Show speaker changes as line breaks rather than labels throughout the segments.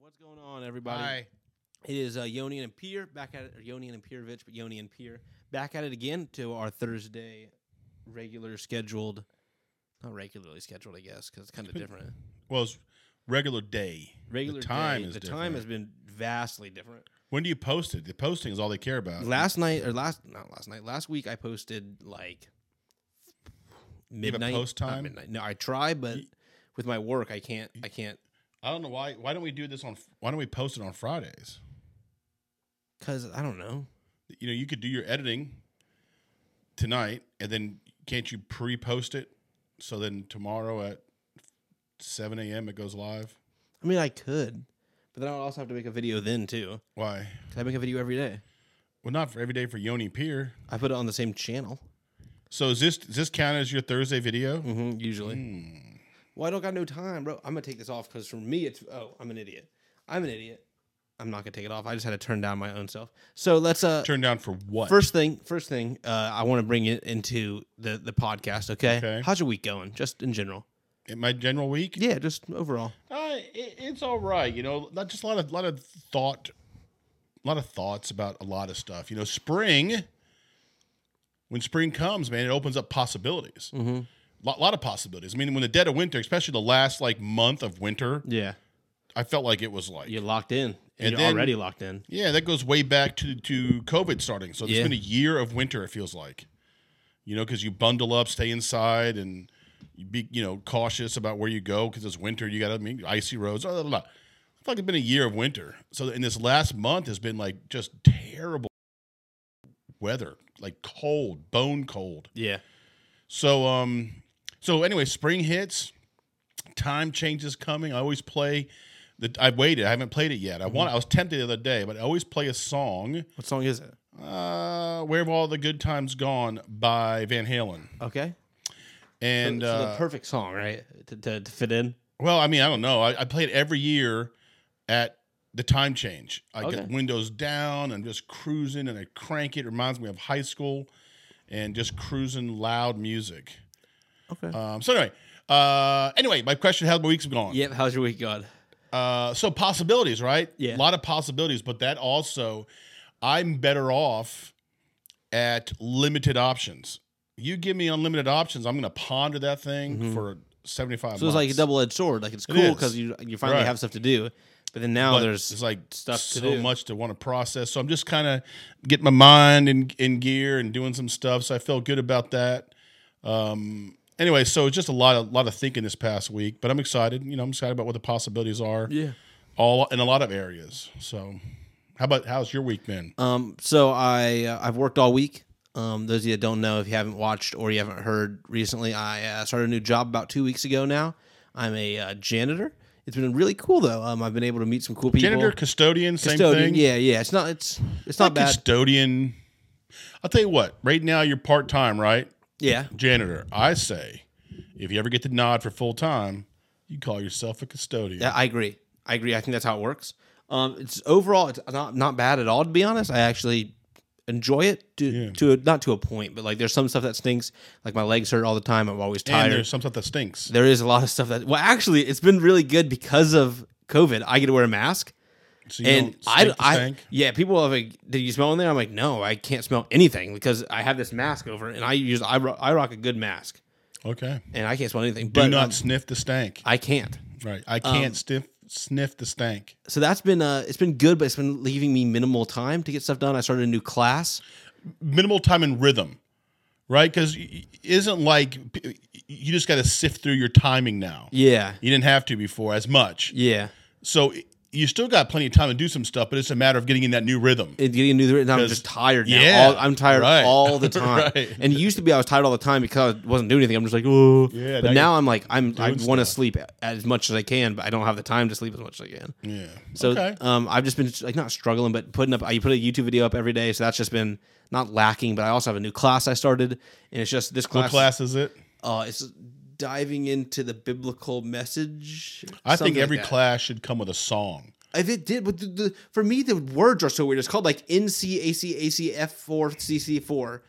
What's going on, everybody? It is uh, Yoni and Pierre back at it, or Yoni and Pierovich, but Yoni and Pierre back at it again to our Thursday regular scheduled, not regularly scheduled, I guess, because it's kind of different.
Well, it's regular day.
Regular
the time
day,
is
the
different.
time has been vastly different.
When do you post it? The posting is all they care about.
Last night or last not last night, last week I posted like
have a
midnight.
post
not
time?
midnight. No, I try, but with my work, I can't. I can't
I don't know why. Why don't we do this on? Why don't we post it on Fridays?
because I don't know.
You know, you could do your editing tonight, and then can't you pre-post it? So then tomorrow at seven a.m. it goes live.
I mean, I could, but then I would also have to make a video then too.
Why?
'Cause I make a video every day.
Well, not for every day for Yoni Pier.
I put it on the same channel.
So is this does this count as your Thursday video?
Mm-hmm, usually. Well, I don't got no time, bro. I'm gonna take this off because for me, it's oh, I'm an idiot. I'm an idiot. I'm not gonna take it off. I just had to turn down my own self. So let's uh
Turn down for what?
first thing, first thing, uh, I want to bring it into the the podcast. Okay?
Okay.
How's your week going? Just in general.
In my general week.
Yeah, just overall.
Uh, it, it's all right, you know. Not just a lot of lot of thought, a lot of thoughts about a lot of stuff. You know, spring. When spring comes, man, it opens up possibilities. Mm-hmm. Lot, lot of possibilities. I mean, when the dead of winter, especially the last like month of winter,
Yeah,
I felt like it was like
you're locked in. And
And
you're
then-
already locked in.
yeah, that goes way back to to COVID starting. So there's
Yeah.
been a year of winter. It feels like, you know, because you bundle up, stay inside, and you be you know cautious about where you go because it's winter. You got to mean icy roads. Blah, blah, blah. I feel like it's been a year of winter. So in this last month has been like just terrible weather, like cold, bone cold.
Yeah,
So um so anyway, spring hits, time changes coming. I always play the I waited, I haven't played it yet. I want I was tempted the other day, but I always play a song
what song is it?
uh Where Have All the Good Times Gone by Van Halen.
Okay,
And
So
uh
the perfect song, right, to, to, to fit in.
well, I mean, I don't know. I, I play it every year at the time change. I
Okay.
get windows down, I'm just cruising and I crank it. It reminds me of high school and just cruising loud music.
Okay.
Um, so anyway, uh, anyway, my question: How my week's gone?
yep. How's your week going?
Uh, so possibilities, right?
Yeah.
A lot of possibilities, but that also, I'm better off at limited options. You give me unlimited options, I'm going to ponder that thing for 75.
Mm-hmm. So it's like a
months.
double edged sword. Like it's cool
is.
because you you finally
Right.
have stuff to do, but then now
But
there's
it's like
stuff to
so
do.
much to want to process. So I'm just kind of getting my mind in, in gear and doing some stuff. So I feel good about that. Um, anyway, so it's just a lot of lot of thinking this past week, but I'm excited. You know, I'm excited about what the possibilities are.
yeah.
all in a lot of areas. So, how about how's your week been?
Um. So I uh, I've worked all week. Um. Those of you that don't know, if you haven't watched or you haven't heard recently, I uh, started a new job about two weeks ago. Now I'm a uh, janitor. It's been really cool though. Um. I've been able to meet some cool people.
Janitor, custodian, same
Custodian,
thing.
Yeah. Yeah. It's not. It's it's not bad.
Custodian. I'll tell you what. Right now, you're part time, right?
Yeah.
Janitor. I say, if you ever get the nod for full time, you call yourself a custodian.
Yeah, Uh, I agree. I agree. I think that's how it works. Um, it's overall, it's not not bad at all. To be honest, I actually enjoy it to to a, not to a point, but like there's some stuff that stinks. Like my legs hurt all the time. I'm always
and
tired.
there's some stuff that stinks.
There is a lot of stuff that. Well, actually, it's been really good because of COVID. I get to wear a mask,
So you
and
don't
I,
stink the
I,
stank.
yeah, people are like, "Did you smell in there?" I'm like, "No, I can't smell anything because I have this mask over, and I use I, ro- I rock a good mask,
okay.
and I can't smell anything.
Do
But
not
um,
sniff the stank.
I um, can't.
right. I can't sniff sniff the stank.
so that's been uh it's been good but it's been leaving me minimal time to get stuff done i started a new class
minimal time and rhythm, right? Because isn't like p- you just got to sift through your timing now.
yeah
You didn't have to before as much,
yeah
so i- you still got plenty of time to do some stuff, but it's a matter of getting in that new rhythm.
and getting into the and i'm
'Cause-
just tired now
yeah,
all, i'm tired
right.
all the time
Right.
and it used to be i was tired all the time because i wasn't doing anything i'm just like oh
Yeah,
but
now
now i'm like i'm i
doing
want to sleep as much as i can but i don't have the time to sleep as much as i can
yeah.
so
okay.
um i've just been like not struggling but putting up i put a youtube video up every day so that's just been not lacking but i also have a new class i started and it's just this class,
what class is it?
uh, it's diving into the biblical message.
I
something
think
like
every
that.
class should come with a song.
If it did, but the, the, for me, the words are so weird. It's called like NCACACF4CC4,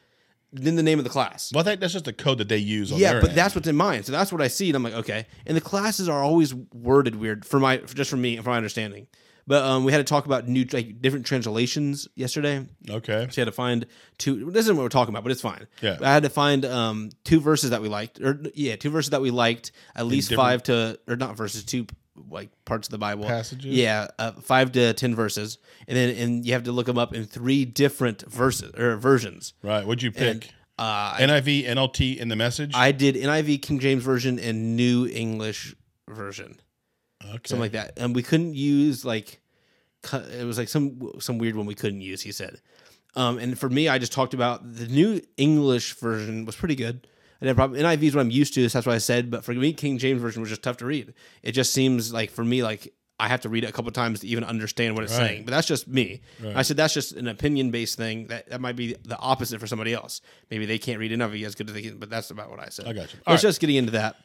then the name of the class.
Well, I think that's just the code that they use. On
yeah,
their
but
end.
that's what's in mind. So that's what I see, and I'm like, okay. And the classes are always worded weird for my, for, just for me, for my understanding. But um, we had to talk about new like different translations yesterday.
Okay.
So you had to find two. This isn't what we're talking about, but it's fine.
Yeah.
I had to find um two verses that we liked, or yeah, two verses that we liked. At least five
different-
to, or not verses, two like parts of the Bible
Passages?
Yeah, uh, five to ten verses, and then and you have to look them up in three different verses or versions.
Right. What'd you
And,
pick?
uh,
NIV, NLT, and the message.
I did NIV, King James version, and New English version,
okay.
something like that. And we couldn't use like cu- it was like some some weird one we couldn't use. He said. Um, and for me, I just talked about the New English version was pretty good. I didn't problem. NIV is what I'm used to. So that's what I said. But for me, King James version was just tough to read. It just seems like for me, like I have to read it a couple times to even understand what it's
Right.
saying. But that's just me. I said that's just an opinion based thing. That that might be the opposite for somebody else. Maybe they can't read enough of you as good as they can. But that's about what I said.
I got you.
It's
All
just getting into that.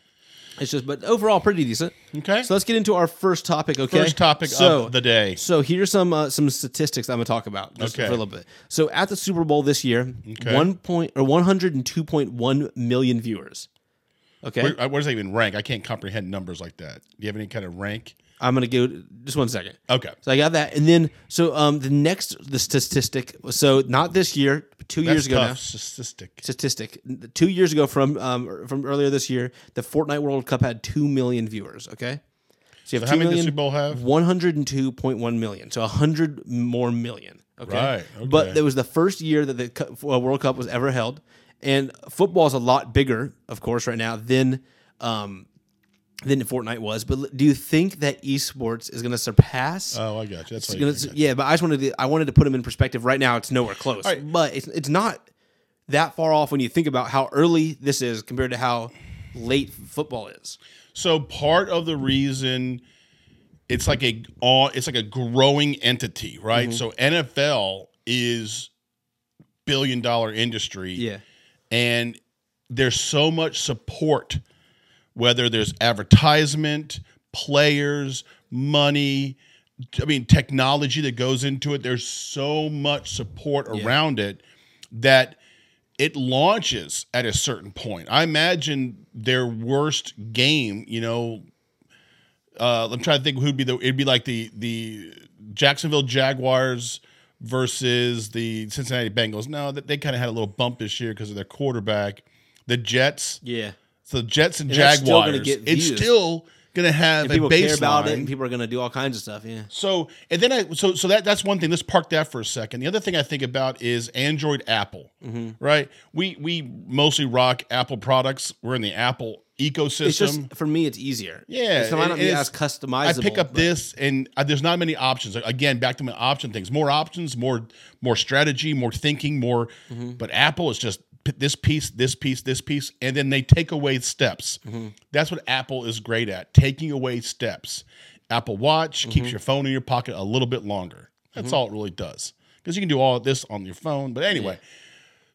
It's just, but overall, pretty decent.
Okay.
So let's get into our first topic. Okay.
First topic
So-
of the day.
so here's some uh, some statistics I'm gonna talk about just
Okay.
for a little bit. So at the Super Bowl this year,
Okay.
one point or 102.1 million viewers. Okay,
Where, uh, what does that even rank? I can't comprehend numbers like that. Do you have any kind of rank?
I'm gonna go just one second.
Okay.
So I got that, and then so um the next the statistic. So not this year, but two years
That's
ago.
tough.
Now,
Statistic.
statistic two years ago from um from earlier this year, the Fortnite World Cup had two million viewers. Okay, so you
So
have
how
two
many
million.
does Super Bowl have?
102.1 million. So 100 more million. Okay.
Right,
But
okay.
it was the first year that the cu- uh, World Cup was ever held. And football is a lot bigger, of course, right now than um, than Fortnite was. But l- do you think that esports is going to surpass?
Oh, I got you.
it's
That's what
gonna- yeah, but I just wanted to, I wanted to put them in perspective. Right now, it's nowhere close.
right.
But it's, it's not that far off when you think about how early this is compared to how late football is.
So part of the reason it's like a aw- it's like a growing entity, right? So NFL is billion dollar industry. and there's so much support whether there's advertisement players money i mean technology that goes into it there's so much support around it that it launches at a certain point i imagine their worst game you know uh, i'm trying to think who'd be the it'd be like the the jacksonville jaguars versus the cincinnati bengals no that they kind of had a little bump this year because of their quarterback the jets
Yeah.
so Jets and,
that's still gonna
Jaguars,
get
it's
views.
still going to have a
People
baseline.
care about it and people are going to do all kinds of stuff. Yeah.
so and then I so so that that's one thing. Let's park that for a second. The other thing I think about is Android Apple,
Mm-hmm.
right? We we mostly rock Apple products. We're in the Apple ecosystem.
It's just for me, it's easier.
Yeah,
it's might not
it-
be
it's-
as
I
customizable.
pick up
but-
this, and uh, there's not many options. Again, back to my option things: more options, more more strategy, more thinking, more.
Mm-hmm.
But Apple is just p- this piece, this piece, this piece, and then they take away steps.
Mm-hmm.
That's what Apple is great at: taking away steps. Apple Watch
Mm-hmm.
keeps your phone in your pocket a little bit longer. That's all it really does, because you can do all of this on your phone. But anyway,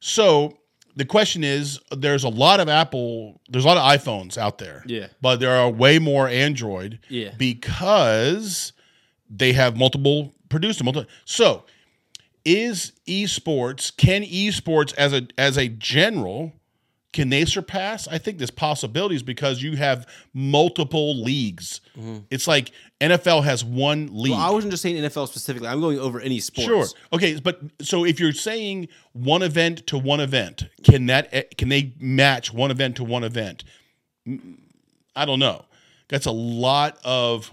so. The question is, there's a lot of Apple, there's a lot of iPhones out there.
Yeah.
But there are way more Android
Yeah.
because they have multiple produced multiple. So, is esports can esports as a as a general can they surpass? I think there's possibilities because you have multiple leagues. It's like NFL has one league.
Mm-hmm. I wasn't just saying NFL specifically. I'm going over any sports.
Sure. Okay, but so if you're saying one event to one event, can that eh, can they match one event to one event? Mm, I don't know. That's a lot of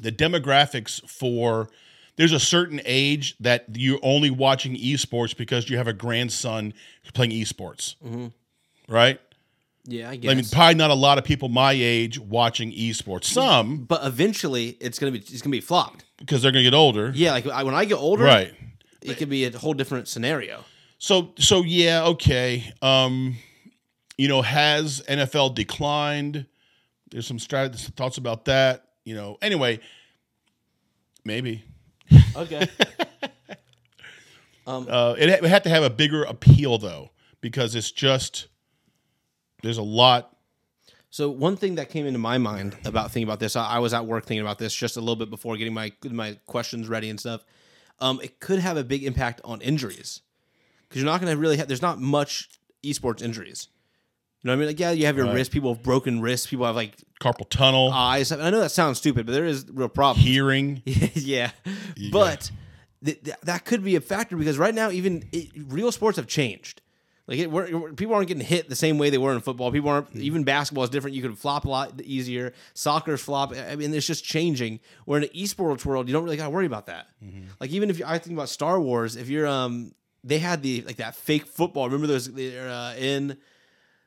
the demographics for there's a certain age that you're only watching esports because you have a grandson playing esports.
Mm-hmm.
Right?
Yeah, I guess.
I mean, probably not a lot of people my age watching esports. Some
but eventually, it's gonna be it's gonna be flopped.
because they're going to get older.
Yeah, like I, when I get older,
Right.
it could be a whole different scenario.
So so yeah, okay. Um, you know, has NFL declined? There's some strat- thoughts about that. You know, anyway, maybe
Okay.
uh, it, ha- it had to have a bigger appeal though, because it's just there's a lot.
So one thing that came into my mind about thinking about this, I, I was at work thinking about this just a little bit before getting my my questions ready and stuff. Um, it could have a big impact on injuries because you're not going to really have. There's not much esports injuries. You You know what I mean? Like, yeah, you have your wrist. People have broken wrists. People have like
Carpal tunnel,
eyes. I know that sounds stupid, but there is real problems.
hearing.
yeah, but th- th- that could be a factor because right now, even it, real sports have changed. Like it, we're, we're- people aren't getting hit the same way they were in football. People aren't even basketball is different. You can flop a lot easier. Soccer's flop. I I mean, it's just changing. Where in the esports world, you don't really got to worry about that. Like even if you, I think about Star Wars, if you're um, they had the like that fake football. Remember those they're, uh, in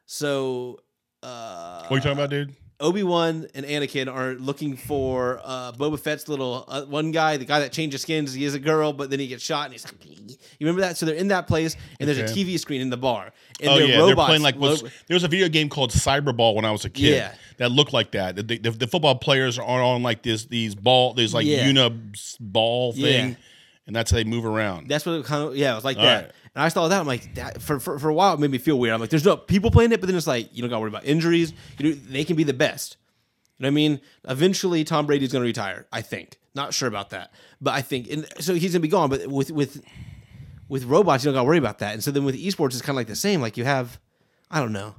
so. Uh,
What are you talking about, dude?
Obi Wan and Anakin are looking for uh, Boba Fett's little uh, one guy, the guy that changes skins. He is a girl, but then he gets shot, and he's like, you remember that? So they're in that place, and there's a
Okay.
TV screen in the bar, and
Oh
they're
yeah, they're
robots.
playing like what's,
lo-
there was a video game called Cyberball when I was a kid
Yeah.
that looked like that. The, the, the football players are on like this these ball these like
Yeah.
uniball ball thing,
Yeah.
and that's how they move around.
that's what it kind of yeah, it was like
All
that.
right.
And I saw that. I'm like that for, for for a while. It made me feel weird. I'm like, there's no people playing it, but then it's like you don't got to worry about injuries. You know, they can be the best. You know what I mean? Eventually, Tom Brady's going to retire. I think. Not sure about that, but I think, and so he's going to be gone. But with with with robots, you don't got to worry about that. And so then with esports, it's kind of like the same. Like you have, I don't know,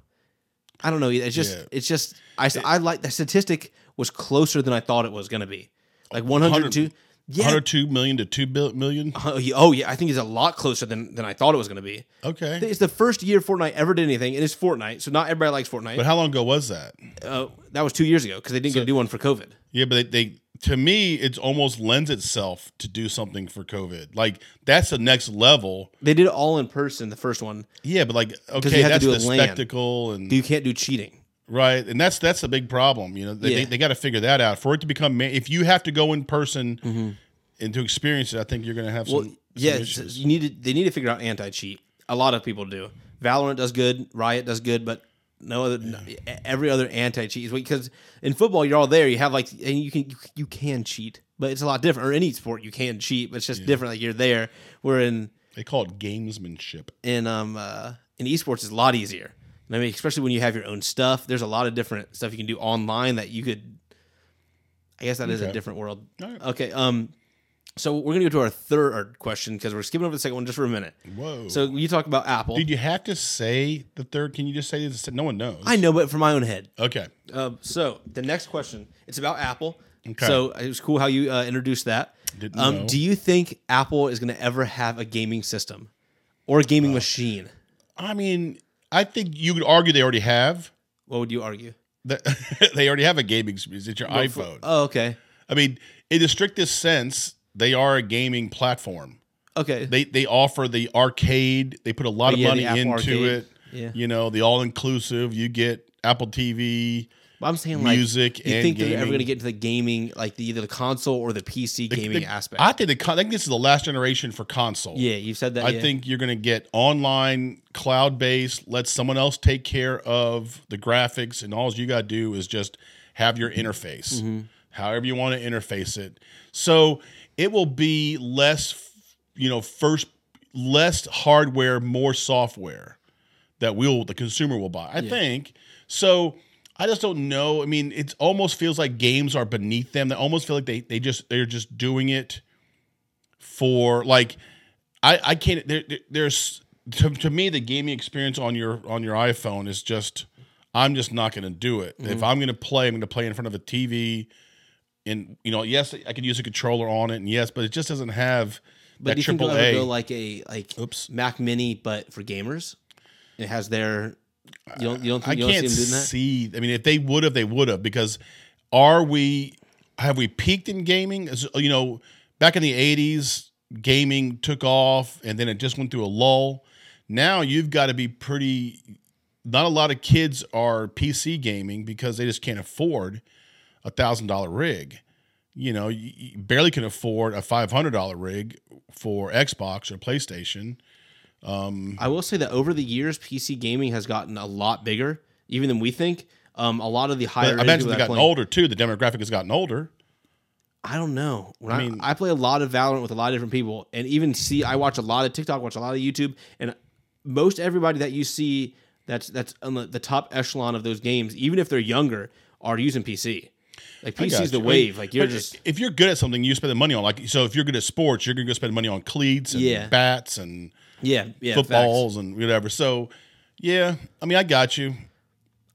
I don't know. It's just,
Yeah.
it's just. I I like the statistic was closer than I thought it was going to be. Like 102. Yeah.
102 million to 2 bil- million.
Oh yeah, oh, yeah. I think it's a lot closer than than I thought it was going to be.
Okay,
It's the first year Fortnite ever did anything, and it's Fortnite, so not everybody likes Fortnite.
but how long ago was that?
uh, that was two years ago because they didn't get to do one for COVID.
Yeah, but they, they to me it almost lends itself to do something for COVID. Like that's the next level.
They did it all in person, the first one.
Yeah, but like
you
okay,
have
that's
to do
the
it land.
spectacle and
You can't do cheating.
Right, and that's that's a big problem. You know, they, they,
Yeah.
they got to figure that out for it to become. ma- If you have to go in person and to experience it, I think you're going to have some.
Mm-hmm. Well,
some
yeah, it's-
issues.
you need to, they need to figure out anti cheat. A lot of people do. Valorant does good, Riot does good, but no other no- every other anti cheat is because in football you're all there. You have like and you can you, you can cheat, but it's a lot different. Or any sport you can cheat, but it's just different. Like you're there. We're in
they call it gamesmanship.
in um uh, in esports is a lot easier. And I mean, especially when you have your own stuff. There's a lot of different stuff you can do online that you could. I guess that is a different world.
All right.
Okay. Um. So we're gonna go to our third question because we're skipping over the second one just for a minute.
Whoa,
So you talk about Apple.
dude, you have to say the third. Can you just say this? No one knows.
I know, but for my own head.
okay,
Um, so the next question, it's about Apple.
Okay.
So it was cool how you uh, introduced that.
Didn't
um,
know.
Do you think Apple is gonna ever have a gaming system or a gaming machine?
I mean, I think you could argue they already have.
What would you argue?
that- they already have a gaming. experience. It's your iPhone.
Oh, okay.
I mean, in the strictest sense, they are a gaming platform.
Okay.
they they offer the arcade. They put a lot
Oh,
of
yeah,
money
the Apple
into
Arcade.
it.
Yeah.
You know, the all inclusive. You get Apple TV.
But I'm saying like
Music
You
and
think they're ever
gaming.
going to get to the gaming, like the either the console or the PC gaming
The-
aspect?
I think the con- I think this is the last generation for console.
yeah, you said that.
I
yeah.
think you're going to get online, cloud based. Let someone else take care of the graphics, and all you got to do is just have your interface,
Mm-hmm.
however you want to interface it. So it will be less, you know, first less hardware, more software that will the consumer will buy. I think so. I just don't know. I mean, it almost feels like games are beneath them. They almost feel like they they just they're just doing it for like I I can't there, there- there's to, to me the gaming experience on your on your iPhone is just I'm just not going to do it.
Mm-hmm.
If I'm going to play, I'm going to play in front of a TV and you know, yes, I could use a controller on it and yes, but it just doesn't have
But
that
do you think
triple
they'll ever
A.
go like a like
Oops.
Mac Mini, but for gamers? It has their. You don't. You don't.
I
Think, you don't see
can't
them doing that.
see. I mean, if they would have, they would have. Because are we? Have we peaked in gaming? Is- You know, back in the '80s, gaming took off, and then it just went through a lull. Now you've got to be pretty. Not a lot of kids are PC gaming because they just can't afford a thousand dollar rig. You know, you you barely can afford a five hundred dollar rig for Xbox or PlayStation.
I will say that over the years, PC gaming has gotten a lot bigger, even than we think. Um, a lot of the higher.
I
end
imagine
people
they've
that are
gotten
playing-
older too. The demographic has gotten older.
I don't know. When I,
mean-
I play a lot of Valorant with a lot of different people, and even see I watch a lot of TikTok, watch a lot of YouTube, and most everybody that you see that's that's on the, the top echelon of those games, even if they're younger, are using PC. Like PC is
Gotcha.
the
I mean,
wave. Like you're
but
just
if you're good at something, you spend the money on. Like so, if you're good at sports, you're gonna go spend money on cleats and
Yeah.
bats and
yeah yeah facts.
footballs and whatever. So yeah, I mean, I got you.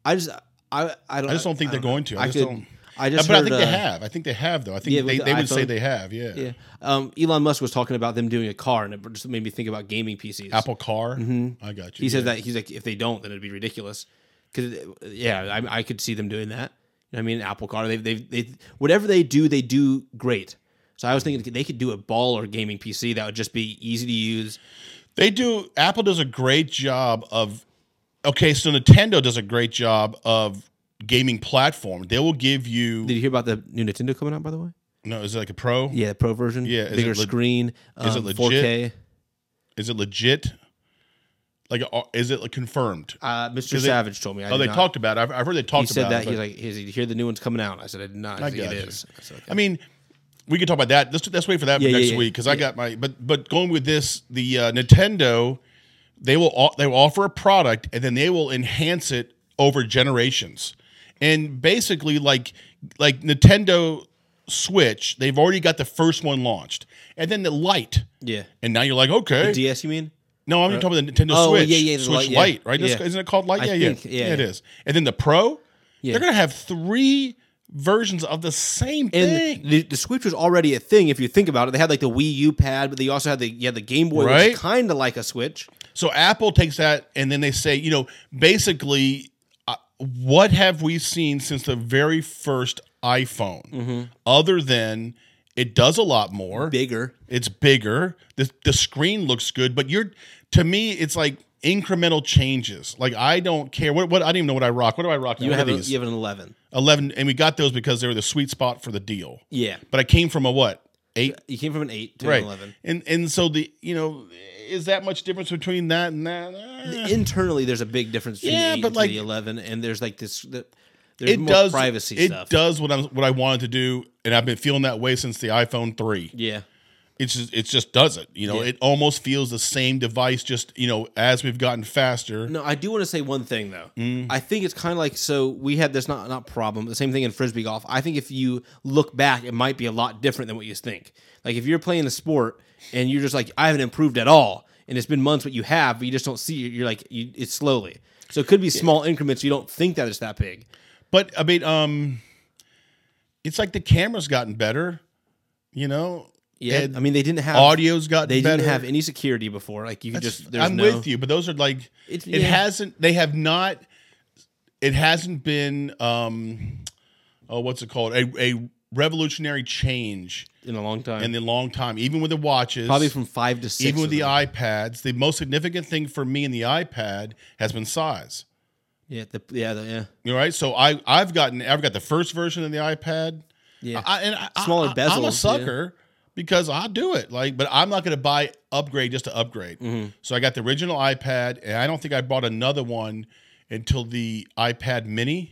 I just I I don't
I just don't think they're going to. I,
I
just
could-
don't.
I just
but I
heard,
think they
uh,
have. I think they have though. I think
yeah, with
they,
the
they would say
iPhone.
they have. Yeah.
Yeah. Um, Elon Musk was talking about them doing a car, and it just made me think about gaming PCs.
Apple Car. I got you.
Mm-hmm. He
yeah.
says that he's like, if they don't, then it'd be ridiculous. Because yeah, I, I could see them doing that. You know what I mean, Apple Car. They they they whatever they do, they do great. So I was thinking they could do a ball or gaming PC that would just be easy to use.
They do. Apple does a great job of. Okay, so Nintendo does a great job of gaming platform. They will give you.
Did you hear about the new Nintendo coming out? By the way,
no, is it like a pro?
yeah, the Pro version,
Yeah, is it
bigger
leg-
screen, um,
is it legit?
4K.
Is it legit? Like, uh, is it like confirmed?
Uh, Mr.
they-
Savage told me. I
oh,
did
they
not.
talked about it. I've, I've heard they
He
talked
said
about
that
it.
he's
but-
like, he's, you hear the new one's coming out? I said I did not. I think
got
it
you.
is. I said, okay.
I mean, we could talk about that. Let's let's wait for that
Yeah,
for
yeah,
next
yeah.
week because I got my. But but going with this, the uh, Nintendo, they will o- they will offer a product and then they will enhance it over generations, and basically like like Nintendo Switch, they've already got the first one launched, and then the light,
yeah.
and now you're like, okay,
DS, you mean?
no, I'm talking about the Nintendo
oh,
Switch.
yeah, yeah, the
Switch
light,
Lite,
yeah.
right? That's-
Yeah.
Isn't it called Lite?
I
yeah, yeah.
think, yeah,
it
yeah.
is. And then the Pro,
Yeah.
they're gonna have three versions of the same thing.
And the, the Switch was already a thing. If you think about it, they had like the Wii U pad, but they also had the yeah the Game Boy, which
Right.
is kind of like a Switch.
So Apple takes that and then they say, you know, basically, uh, what have we seen since the very first iPhone?
Mm-hmm.
Other than it does a lot more,
Bigger.
it's bigger, the, the screen looks good, but you're, to me, it's like incremental changes. Like I don't care what what I don't even know what I rock. What do I rock? now?
You
What are
have, a,
these?
you have an 11.
11 and we got those because they were the sweet spot for the deal
Yeah.
but i came from a what eight
You came from an 8 to
right
an 11.
and and so the you know is that much difference between that and that Eh.
Internally, there's a big difference between
Yeah,
the 8
but,
and
like-
the 11, and there's like this. The, there's
it
more
does
privacy
it
stuff.
does what i'm what i wanted to do and i've been feeling that way since the iphone 3
Yeah.
it's just it just does it you know
Yeah.
it almost feels the same device just you know as we've gotten faster
No, I do want to say one thing though.
Mm.
I think it's kind of like so we had this not not problem. The same thing in frisbee golf. I think if you look back, it might be a lot different than what you think. Like if you're playing a sport and you're just like, I haven't improved at all, and it's been months, but you have, but you just don't see. it. You're like, you, it's slowly. So it could be small increments. You don't think that it's that big.
but i mean um it's like the camera's gotten better you know
Yeah,
And
I mean they didn't have
audio's gotten
they
better
didn't have any security before. Like you could
That's-
just there's
I'm
no.
with you, but those are like
It's-
it
yeah.
hasn't. They have not. It hasn't been. um Oh, what's it called? A, a revolutionary change
in a long time.
in a long time. Even with the watches,
Probably from five to six.
even with
of
the
them.
iPads, the most significant thing for me in the iPad has been size.
yeah, the, yeah, the, yeah,
You know, right? So I I've gotten I've got the first version of the iPad.
yeah.
I, and I,
Smaller
I, I, I'm
bezels, yeah.
a sucker because I do it. Like, but I'm not going to buy upgrade just to upgrade.
Mm-hmm.
So I got the original iPad, and I don't think I bought another one until the iPad Mini.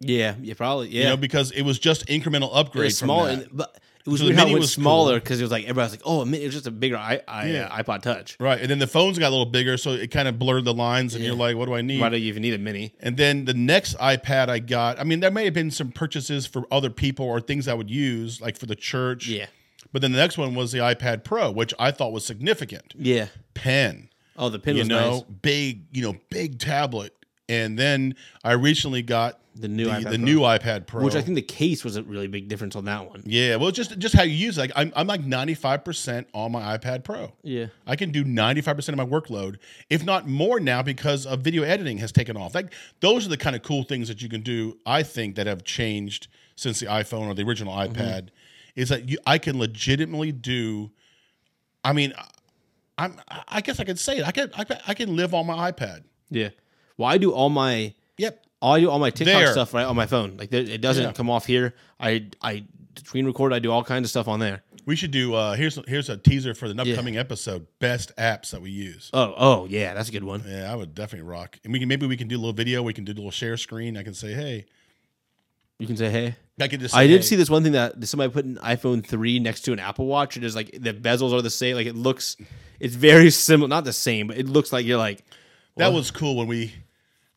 yeah, yeah, probably. Yeah,
You know, because it was just incremental upgrade.
it was
from
small,
that.
and, but it was
So the
weird how it
Mini
went
was
smaller because it was like everybody's like, "Oh, a Mini- it was just a bigger I, I,
Yeah.
iPod Touch.
right? And then the phones got a little bigger, so it kind of blurred the lines, and you're like, "What do I need?"
Why do you even need a Mini?"
And then the next iPad I got, I mean, there may have been some purchases for other people or things I would use, like for the church.
Yeah,
But then the next one was the iPad Pro, which I thought was significant.
yeah.
Pen.
Oh, the pin
you
was
know,
nice.
big, you know, big tablet. And then I recently got
The new
the,
iPad
the
Pro.
new iPad Pro,
which I think the case was a really big difference on that one.
Yeah, well, just just how you use it. Like, I'm I'm like 95 percent on my iPad Pro.
Yeah,
I can do 95 percent of my workload, if not more now, because of video editing has taken off. Like those are the kind of cool things that you can do. I think that have changed since the iPhone or the original iPad
Mm-hmm.
is that you I can legitimately do. I mean, I- I'm I guess I could say it. I can I, can- I can live on my iPad.
yeah. Well, I do all my
Yep.
all I do all my TikTok
There.
stuff right on my phone. Like there, it doesn't
Yeah.
come off here. I I screen record. I do all kinds of stuff on there.
We should do. Uh, here's here's a teaser for the upcoming episode. Best apps that we use.
Oh, oh yeah, that's a good one.
Yeah, I would definitely rock. And we can maybe we can do a little video. We can do a little share screen. I can say, hey,
You can say, "Hey."
I could just. Say,
I did
hey.
see this one thing that somebody put an iPhone 3 next to an Apple Watch. It is like the bezels are the same. Like it looks, it's very similar. Not the same, but it looks like you're like
that was cool when we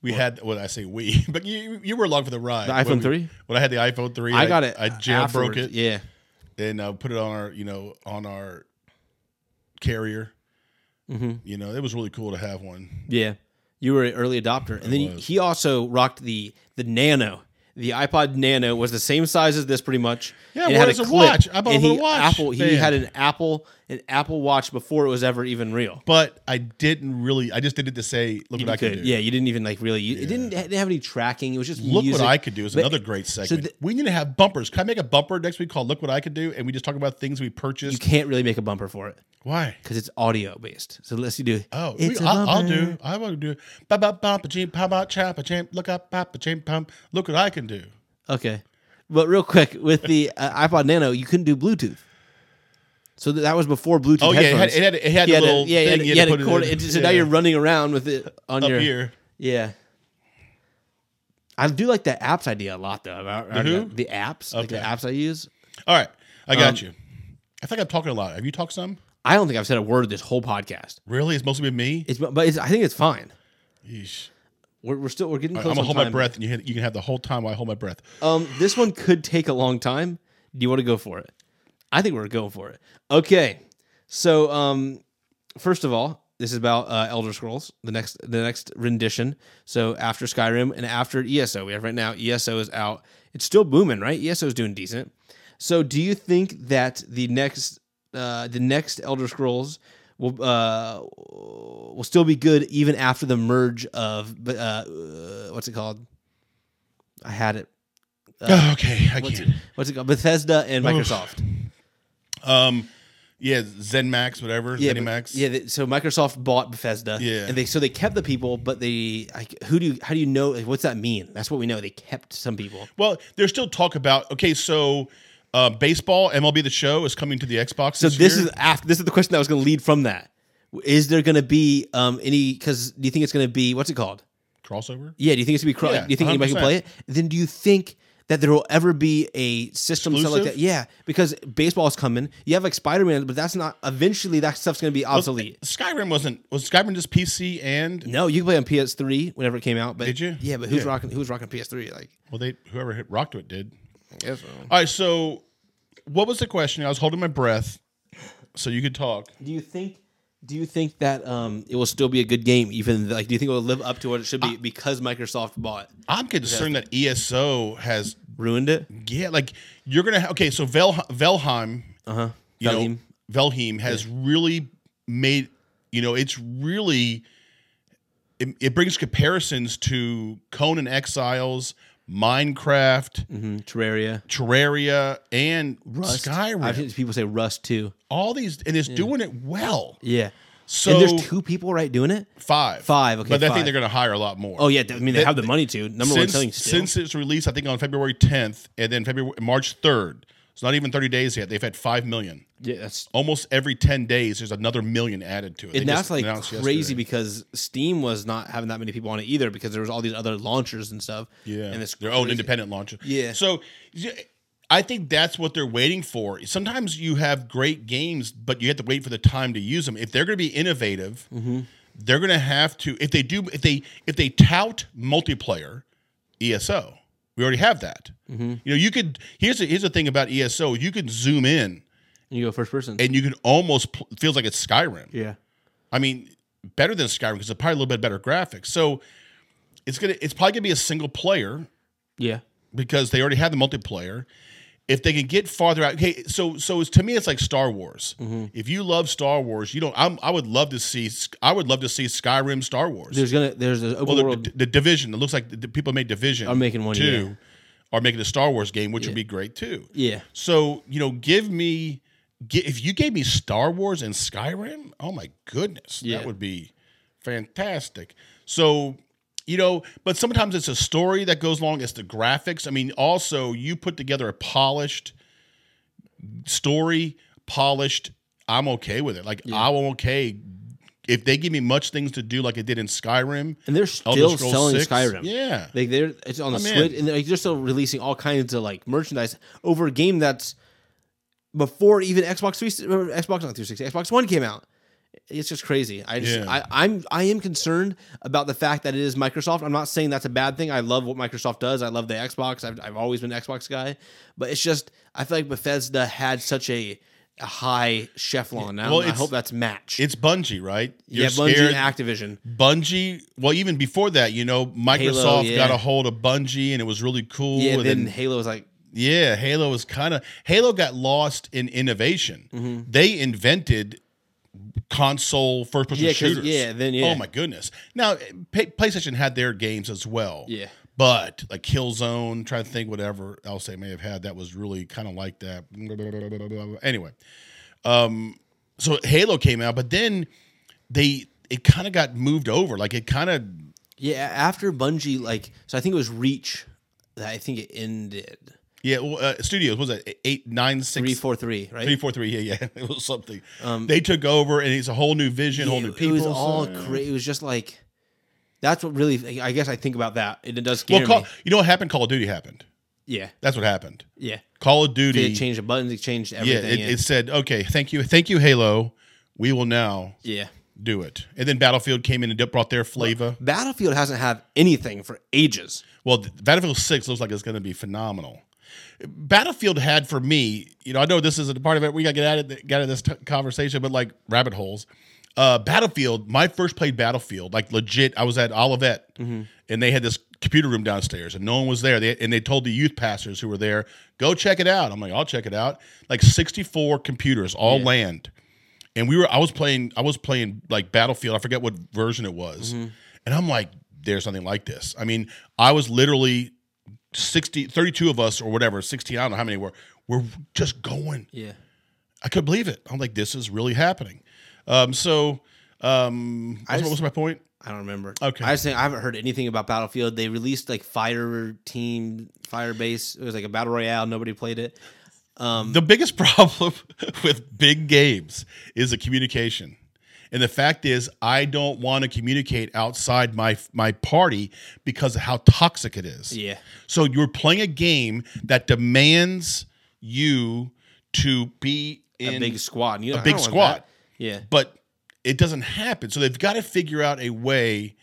we had. What I say we, but you you were along for the ride.
The iPhone
When we-
3?
When I had the iPhone three,
I got it.
I
afterwards.
jailbroke it
Yeah,
and uh, put it on our you know on our carrier. You know, it was really cool to have one.
Mm-hmm. yeah, You were an early adopter, and then he also rocked the the Nano. The iPod Nano was the same size as this, pretty much.
Yeah,
and
well, it's a watch. I bought a
and
little
he,
watch
Apple. He
band.
had an Apple an Apple Watch before it was ever even real.
But I didn't really. I just did it to say, look what I
You
can do.
could- yeah, you didn't even like really. Use, It didn't, it didn't have any tracking. It was just
Look
music.
what I could do is
But-
another great segment.
th-
we need to have bumpers. Can I make a bumper next week called "Look What I Could Do"? And we just talk about things we
You
purchased.
can't really make a bumper for it
Why?
because it's audio based. So let's you do.
Oh, we,
it's a
I'll, I'll
bumper.
do. I will do. Ba ba ba ba jam pa ba cha ba jam. Look up ba ba jam pump. Look what I can do.
Okay. But real quick, with the uh, iPod Nano, you couldn't do Bluetooth. So th- that was before Bluetooth.
Oh yeah, it had,
headphones.
it had it had
You
a
had a-
little
yeah, you had
thing.
a-
you
you
had
had a
to put it
cord-
in.
it just- So now you're running around with it on
up
your
here.
yeah. I do like the apps idea a lot though. I- I-
The who?
the apps, like the
Mm-hmm. Okay.
apps I use.
All right, I got
Um,
you. I think I'm talking a lot. Have you talked some?
I don't think I've said a word this whole podcast.
Really? It's mostly been me.
It's but it's, I think it's fine.
Yeesh.
We're, we're still we're getting
I'm
close.
gonna
on
hold my
time.
breath, and you you can have the whole time while I hold my breath.
Um, this one could take a long time. Do you want to go for it? I think we're going for it. Okay. So, um, first of all, this is about uh, Elder Scrolls, the next the next rendition. So after Skyrim and after ESO, we have right now ESO is out. It's still booming, right? ESO is doing decent. So, do you think that the next uh, the next Elder Scrolls will uh, will still be good even after the merge of uh, uh, what's it called? I had it
Oh, okay, I
Uh, what's it,
can't.
what's it called? Bethesda and Microsoft.
Um, yeah, ZenMax, whatever.
yeah,
ZeniMax.
but- yeah. they- So Microsoft bought Bethesda.
Yeah.
and they so they kept the people, but they like who do you, how do you know like, what's that mean? That's what we know. They kept some people.
Well, there's still talk about okay, so uh, baseball MLB the Show is coming to the Xbox.
So this
year.
is after this is the question that was going to lead from that. Is there going to be um any? Because do you think it's going to be what's it called?
crossover.
Yeah. Do you think it's going to be? Cro-
Yeah,
do you think anybody can
100%.
play it? Then do you think? That there will ever be a system something like
Exclusive?
that, yeah, because baseball is coming. You have like Spider Man, but that's not. Eventually, that stuff's going to be obsolete.
Skyrim wasn't was Skyrim just PC and
No, you can play on PS3 whenever it came out. But
Did you?
Yeah, but who's
Yeah.
rocking? Who's rocking PS3? Like,
well they whoever hit rock to it did.
I guess um, so.
All right, so what was the question? I was holding my breath so you could talk.
do you think? Do you think that um, it will still be a good game? Even like, do you think it will live up to what it should be because Microsoft bought it?
I'm concerned that ESO has
ruined it?
yeah, like you're gonna ha- okay. So Vel Velheim,
Uh huh.
you know, Velheim has really made you know it's really it, it brings comparisons to Conan Exiles, Minecraft,
hmm Terraria,
Terraria, and
Rust.
Skyrim.
I've heard people say Rust too.
All these and it's doing it well.
Yeah.
So
and there's two people right doing it.
five,
Five, okay,
but I
five.
think they're going to hire a lot more.
Oh yeah, I mean they
They-
have the money to. Number one
since,
selling still.
since its release, I think on February 10th, and then February March 3rd. It's not even 30 days yet. They've had five million.
yeah, that's
Almost every 10 days, there's another million added to it. They
and that's
just
like
announced
crazy
yesterday.
because Steam was not having that many people on it either because there was all these other launchers and stuff.
Yeah,
and it's
their own
crazy.
independent launcher.
Yeah.
So, yeah, I think that's what they're waiting for. Sometimes you have great games, but you have to wait for the time to use them. If they're going to be innovative,
Mm-hmm.
they're going to have to. If they do, if they if they tout multiplayer, ESO, we already have that.
Mm-hmm.
You know, you could. Here's the, here's the thing about ESO. You can zoom in,
You go first person.
and you can almost pl- feels like it's Skyrim.
yeah.
I mean, better than Skyrim because it's probably a little bit better graphics. So. It's gonna. It's probably gonna be a single player,
Yeah.
because they already have the multiplayer. If they can get farther out, okay. So, so it's, to me, it's like Star Wars.
Mm-hmm.
If you love Star Wars, you don't. I'm, I would love to see. I would love to see Skyrim Star Wars.
There's gonna there's an open
Well, the,
world.
the, the division. It looks like the, the people made division.
I'm making one,
two. Are making a Star Wars game, which would be great too.
Yeah.
So you know, give me, gi- if you gave me Star Wars and Skyrim, oh my goodness,
Yeah.
that would be fantastic. So you know, but sometimes it's a story that goes along. It's the graphics. I mean, also you put together a polished story, polished. I'm okay with it. Like I'm okay if they give me much things to do, like it did in Skyrim.
And they're
Elder
still
Scrolls
selling
6.
Skyrim.
Yeah.
Like they're it's on the
I'm in.
Switch, and they're, like, they're still releasing all kinds of like merchandise over a game that's before even Xbox three or Xbox not three sixty Xbox One came out. It's just crazy. I just
Yeah.
I, I'm I am concerned about the fact that it is Microsoft. I'm not saying that's a bad thing. I love what Microsoft does. I love the Xbox. I've I've always been an Xbox guy, but it's just I feel like Bethesda had such a a high Chevlon now.
Well,
and I
it's-
hope that's matched.
It's Bungie, right?
yeah,
You're
Bungie,
scared-
Activision.
Bungie. Well, even before that, you know, Microsoft
yeah.
got a hold of Bungie, and it was really cool.
Yeah,
and
then Halo was like,
yeah, Halo was kind of Halo got lost in innovation.
Mm-hmm.
They invented console first person
Yeah, 'cause-
shooters.
yeah, then, yeah.
Oh my goodness. Now P- PlayStation had their games as well.
Yeah.
But like Killzone, trying to think whatever else they may have had that was really kind of like that. Anyway, um, so Halo came out, but then they it kind of got moved over. Like it kind of
yeah, after Bungie, like, so I think it was Reach that I think it ended.
yeah. Well, uh, studios what was that eight nine six
343, right?
Three four three, yeah, yeah. It was something. they took over, and it's a whole new vision, whole
it,
new
Um, it
people.
was
so-
all
yeah.
cra- It was just like, that's what really, I guess I think about that. and It does scare
Well, Call,
me.
you know what happened? Call of Duty happened.
Yeah,
That's what happened.
yeah.
Call of
They
Duty.
changed the buttons, they changed
yeah,
everything.
it, it said, okay, thank you, thank you, Halo. We will now
yeah.
do it. And then Battlefield came in and brought their flavor.
Battlefield hasn't had anything for ages.
Well, th- Battlefield Six looks like it's going to be phenomenal. Battlefield had for me, you know, I know this isn't a part of it. We got to get out of th- get out of this t- conversation, but like rabbit holes. Uh, Battlefield, my first played Battlefield, like legit. I was at Olivet, and they had this computer room downstairs, and no one was there. They, and they told the youth pastors who were there, "Go check it out." I'm like, "I'll check it out." Like 64 computers, all land and we were I was playing I was playing like Battlefield. I forget what version it was. And I'm like there's nothing like this. I mean, I was literally 60 32 of us or whatever, 16, I don't know how many were. We're just going.
Yeah.
I couldn't believe it. I'm like this is really happening. Um so um
I
what was my point?
I don't remember.
Okay.
I just think I haven't heard anything about Battlefield. They released like Fire Team, Firebase. It was like a battle royale. Nobody played it.
The biggest problem with big games is the communication. And the fact is, I don't want to communicate outside my my party because of how toxic it is.
Yeah.
So you're playing a game that demands you to be in
a big squad. and You, a
big squad.
Yeah.
but it doesn't happen. So they've got to figure out a way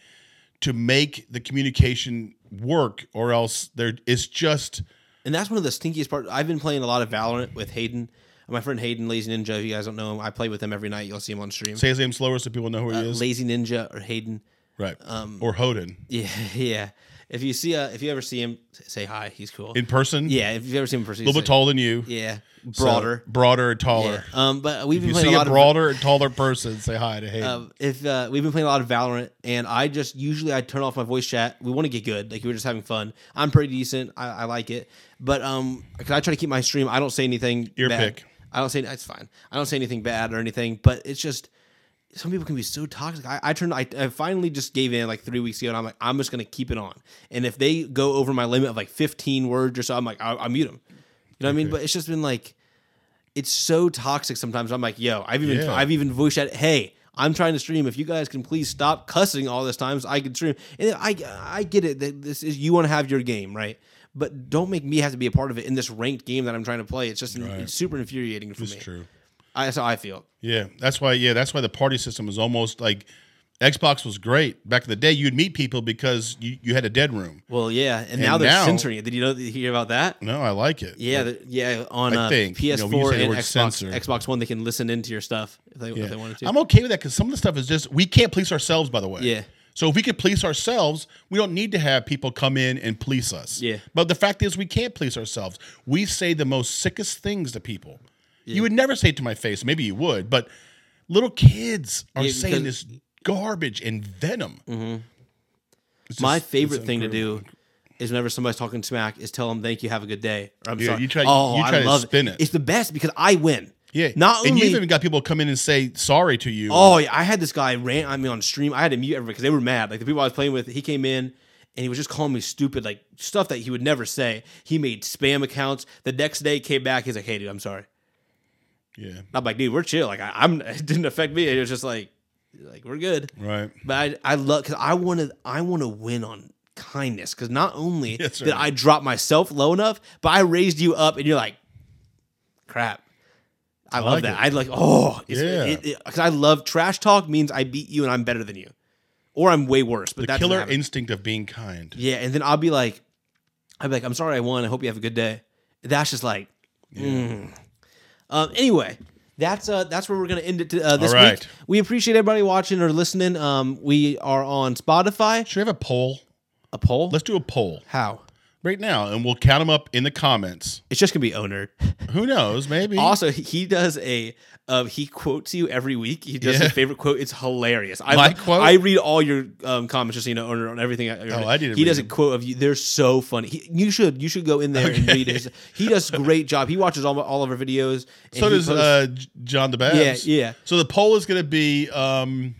to make the communication work, or else there it's just
And that's one of the stinkiest parts. I've been playing a lot of Valorant with Hayden. My friend Hayden, Lazy Ninja, if you guys don't know him, I play with him every night. You'll see him on stream.
say his name slower so people know who he is,
Lazy Ninja or Hayden.
right?
um,
or Hoden
Yeah, yeah. If you see uh if you ever see him, s- say hi. He's cool.
in person,
yeah, if you've ever seen him in person,
a little bit
say-
taller than you,
Yeah.
So,
Broader.
broader, and
yeah.
taller.
Um but we've been
You
playing
see
a
a
lot of
broader and taller person, say hi to Hayden.
Um, if uh, we've been playing a lot of Valorant, and I just usually I turn off my voice chat. We want to get good, like we were just having fun. I'm pretty decent. I, I like it, but um, cause I try to keep my stream. I don't say anything.
Ear
bad.
pick.
I don't say it's fine. I don't say anything bad or anything, but it's just some people can be so toxic. I, I turned. I, I finally just gave in like three weeks ago, and I'm like, I'm just gonna keep it on. And if they go over my limit of like 15 words or so, I'm like, I, I mute them. You know what I mean? But it's just been like it's so toxic sometimes. I'm like, yo, I've even
Yeah.
I've even voiced at, hey, I'm trying to stream. If you guys can please stop cussing all this times, I can stream. And I I get it that this is you want to have your game right, but don't make me have to be a part of it in this ranked game that I'm trying to play. It's just it's super infuriating for
it's
me.
true.
I, that's how I feel.
Yeah, that's why. Yeah, that's why the party system is almost like Xbox was great back in the day. You'd meet people because you, you had a dead room.
Well, yeah, and, now they're
now-
censoring it. Did you know? Did you hear about that?
No, I like it.
Yeah, the, yeah. On uh,
think, you know,
PS4
when you say the
and
word
Xbox,
censor-
Xbox One, they can listen into your stuff if they,
Yeah.
if they wanted to.
I'm okay with that because some of the stuff is just we can't police ourselves. By the way,
Yeah.
So if we could police ourselves, we don't need to have people come in and police us.
Yeah.
But the fact is, we can't police ourselves. We say the most sickest things to people. You would never say it to my face. Maybe you would, but little kids are
Yeah,
saying
because- Mm-hmm.
this garbage and venom. It's
My
just-
favorite
it's
thing to do is whenever somebody's talking smack is tell them thank you, have a good day. Or I'm
Yeah,
sorry.
you try-
oh,
you try
I
to
love
spin
it.
it.
It's the best because I win.
Yeah.
Not
and
only.
you've even got people come in and say sorry to you.
oh, yeah, I had this guy rant on me on stream. I had to mute everybody because they were mad. Like the people I was playing with, he came in and he was just calling me stupid, like stuff that he would never say. He made spam accounts. The next day came back. He's like, hey, dude, I'm sorry.
Yeah.
I'm like, dude, we're chill. Like I, I'm. It didn't affect me. It was just like, like we're good.
Right.
But I, I love because I want to I want to win on kindness because not only
Yes, sir.
did I drop myself low enough, but I raised you up, and you're like, crap. I, love
like
that.
it.
I like oh it's,
Yeah.
because I love trash talk means I beat you and I'm better than you, or I'm way worse. But
The
that's
killer instinct of being kind.
yeah, and then I'll be like, I'll be like, I'm sorry I won. I hope you have a good day. That's just like, mm. um. Anyway, that's uh that's where we're gonna end it to, uh, this
All right.
week. We appreciate everybody watching or listening. Um, we are on Spotify.
Should we have a poll?
A poll.
Let's do a poll
How?
right now, and we'll count them up in the comments.
It's just gonna be owner.
Who knows? Maybe.
Also, he- he does a uh, he quotes you every week. He does
Yeah.
his favorite quote. It's hilarious. I,
My quote?
I read all your um, comments, just so you know, on, on everything.
Oh, I didn't
He
read
does a
them.
quote of you. They're so funny. He, you should you should go in there and
Okay.
read his. He does a great job. He watches all, all of our videos. and
So
he
does
posts-
uh, J- John the Babs.
Yeah, yeah.
So the poll is going to be, um,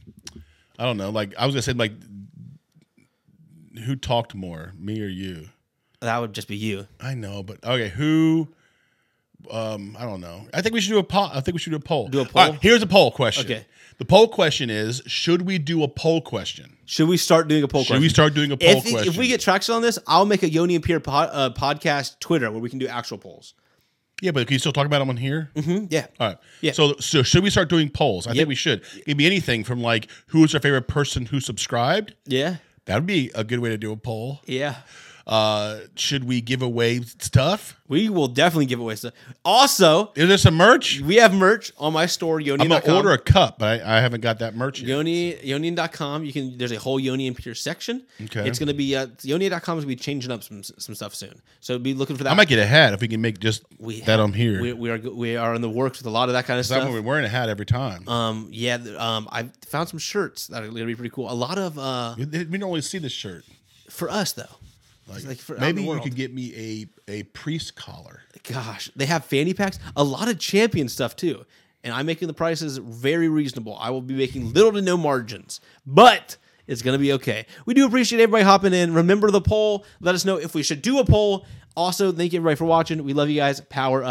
I don't know, like I was going to say, like who talked more, me or you?
that would just be you.
I know, but okay, who? Um, I don't know. I think we should do a poll. I think we should do a poll.
Do a
All right,
poll?
here's a poll question.
Okay.
The poll question is: Should we do a poll question?
Should we start doing a poll?
Should we
question?
start doing a poll
If, it-
question?
if we get traction on this, I'll make a Yoni and Pierre pod, uh, podcast Twitter where we can do actual polls.
yeah, but can you still talk about them on here?
Hmm, Yeah.
All right.
Yeah.
So, so should we start doing polls? I
Yep.
think we should. It'd be anything from like who is our favorite person who subscribed.
Yeah.
That would be a good way to do a poll.
Yeah.
Uh, should we give away stuff?
We will definitely give away stuff. Also,
Is there some merch?
we have merch on my store, Yoni.
I'm gonna order a cup, but I, I haven't got that merch yet.
Yoni, Yonian.com. You can there's a whole Yoni and Peter section.
Okay.
It's gonna be uh Yonian.com is gonna be changing up some some stuff soon. So be looking for that.
I might get a hat if we can make just
We
that.
have-
I'm here.
we, we are we are in the works with a lot of that kind of
that
stuff.
when we're wearing a hat every time.
um yeah, th- um I found some shirts that are gonna be pretty cool. A lot of uh
we, we don't always see this shirt.
for us though.
Like,
like for- out in
maybe
the
you
world.
could get me a a priest collar.
Gosh, they have fanny packs, a lot of champion stuff too. And I'm making the prices very reasonable. I will be making little to no margins, but it's going to be okay. We do appreciate everybody hopping in. Remember the poll. Let us know if we should do a poll. Also, thank you everybody for watching. We love you guys. Power up.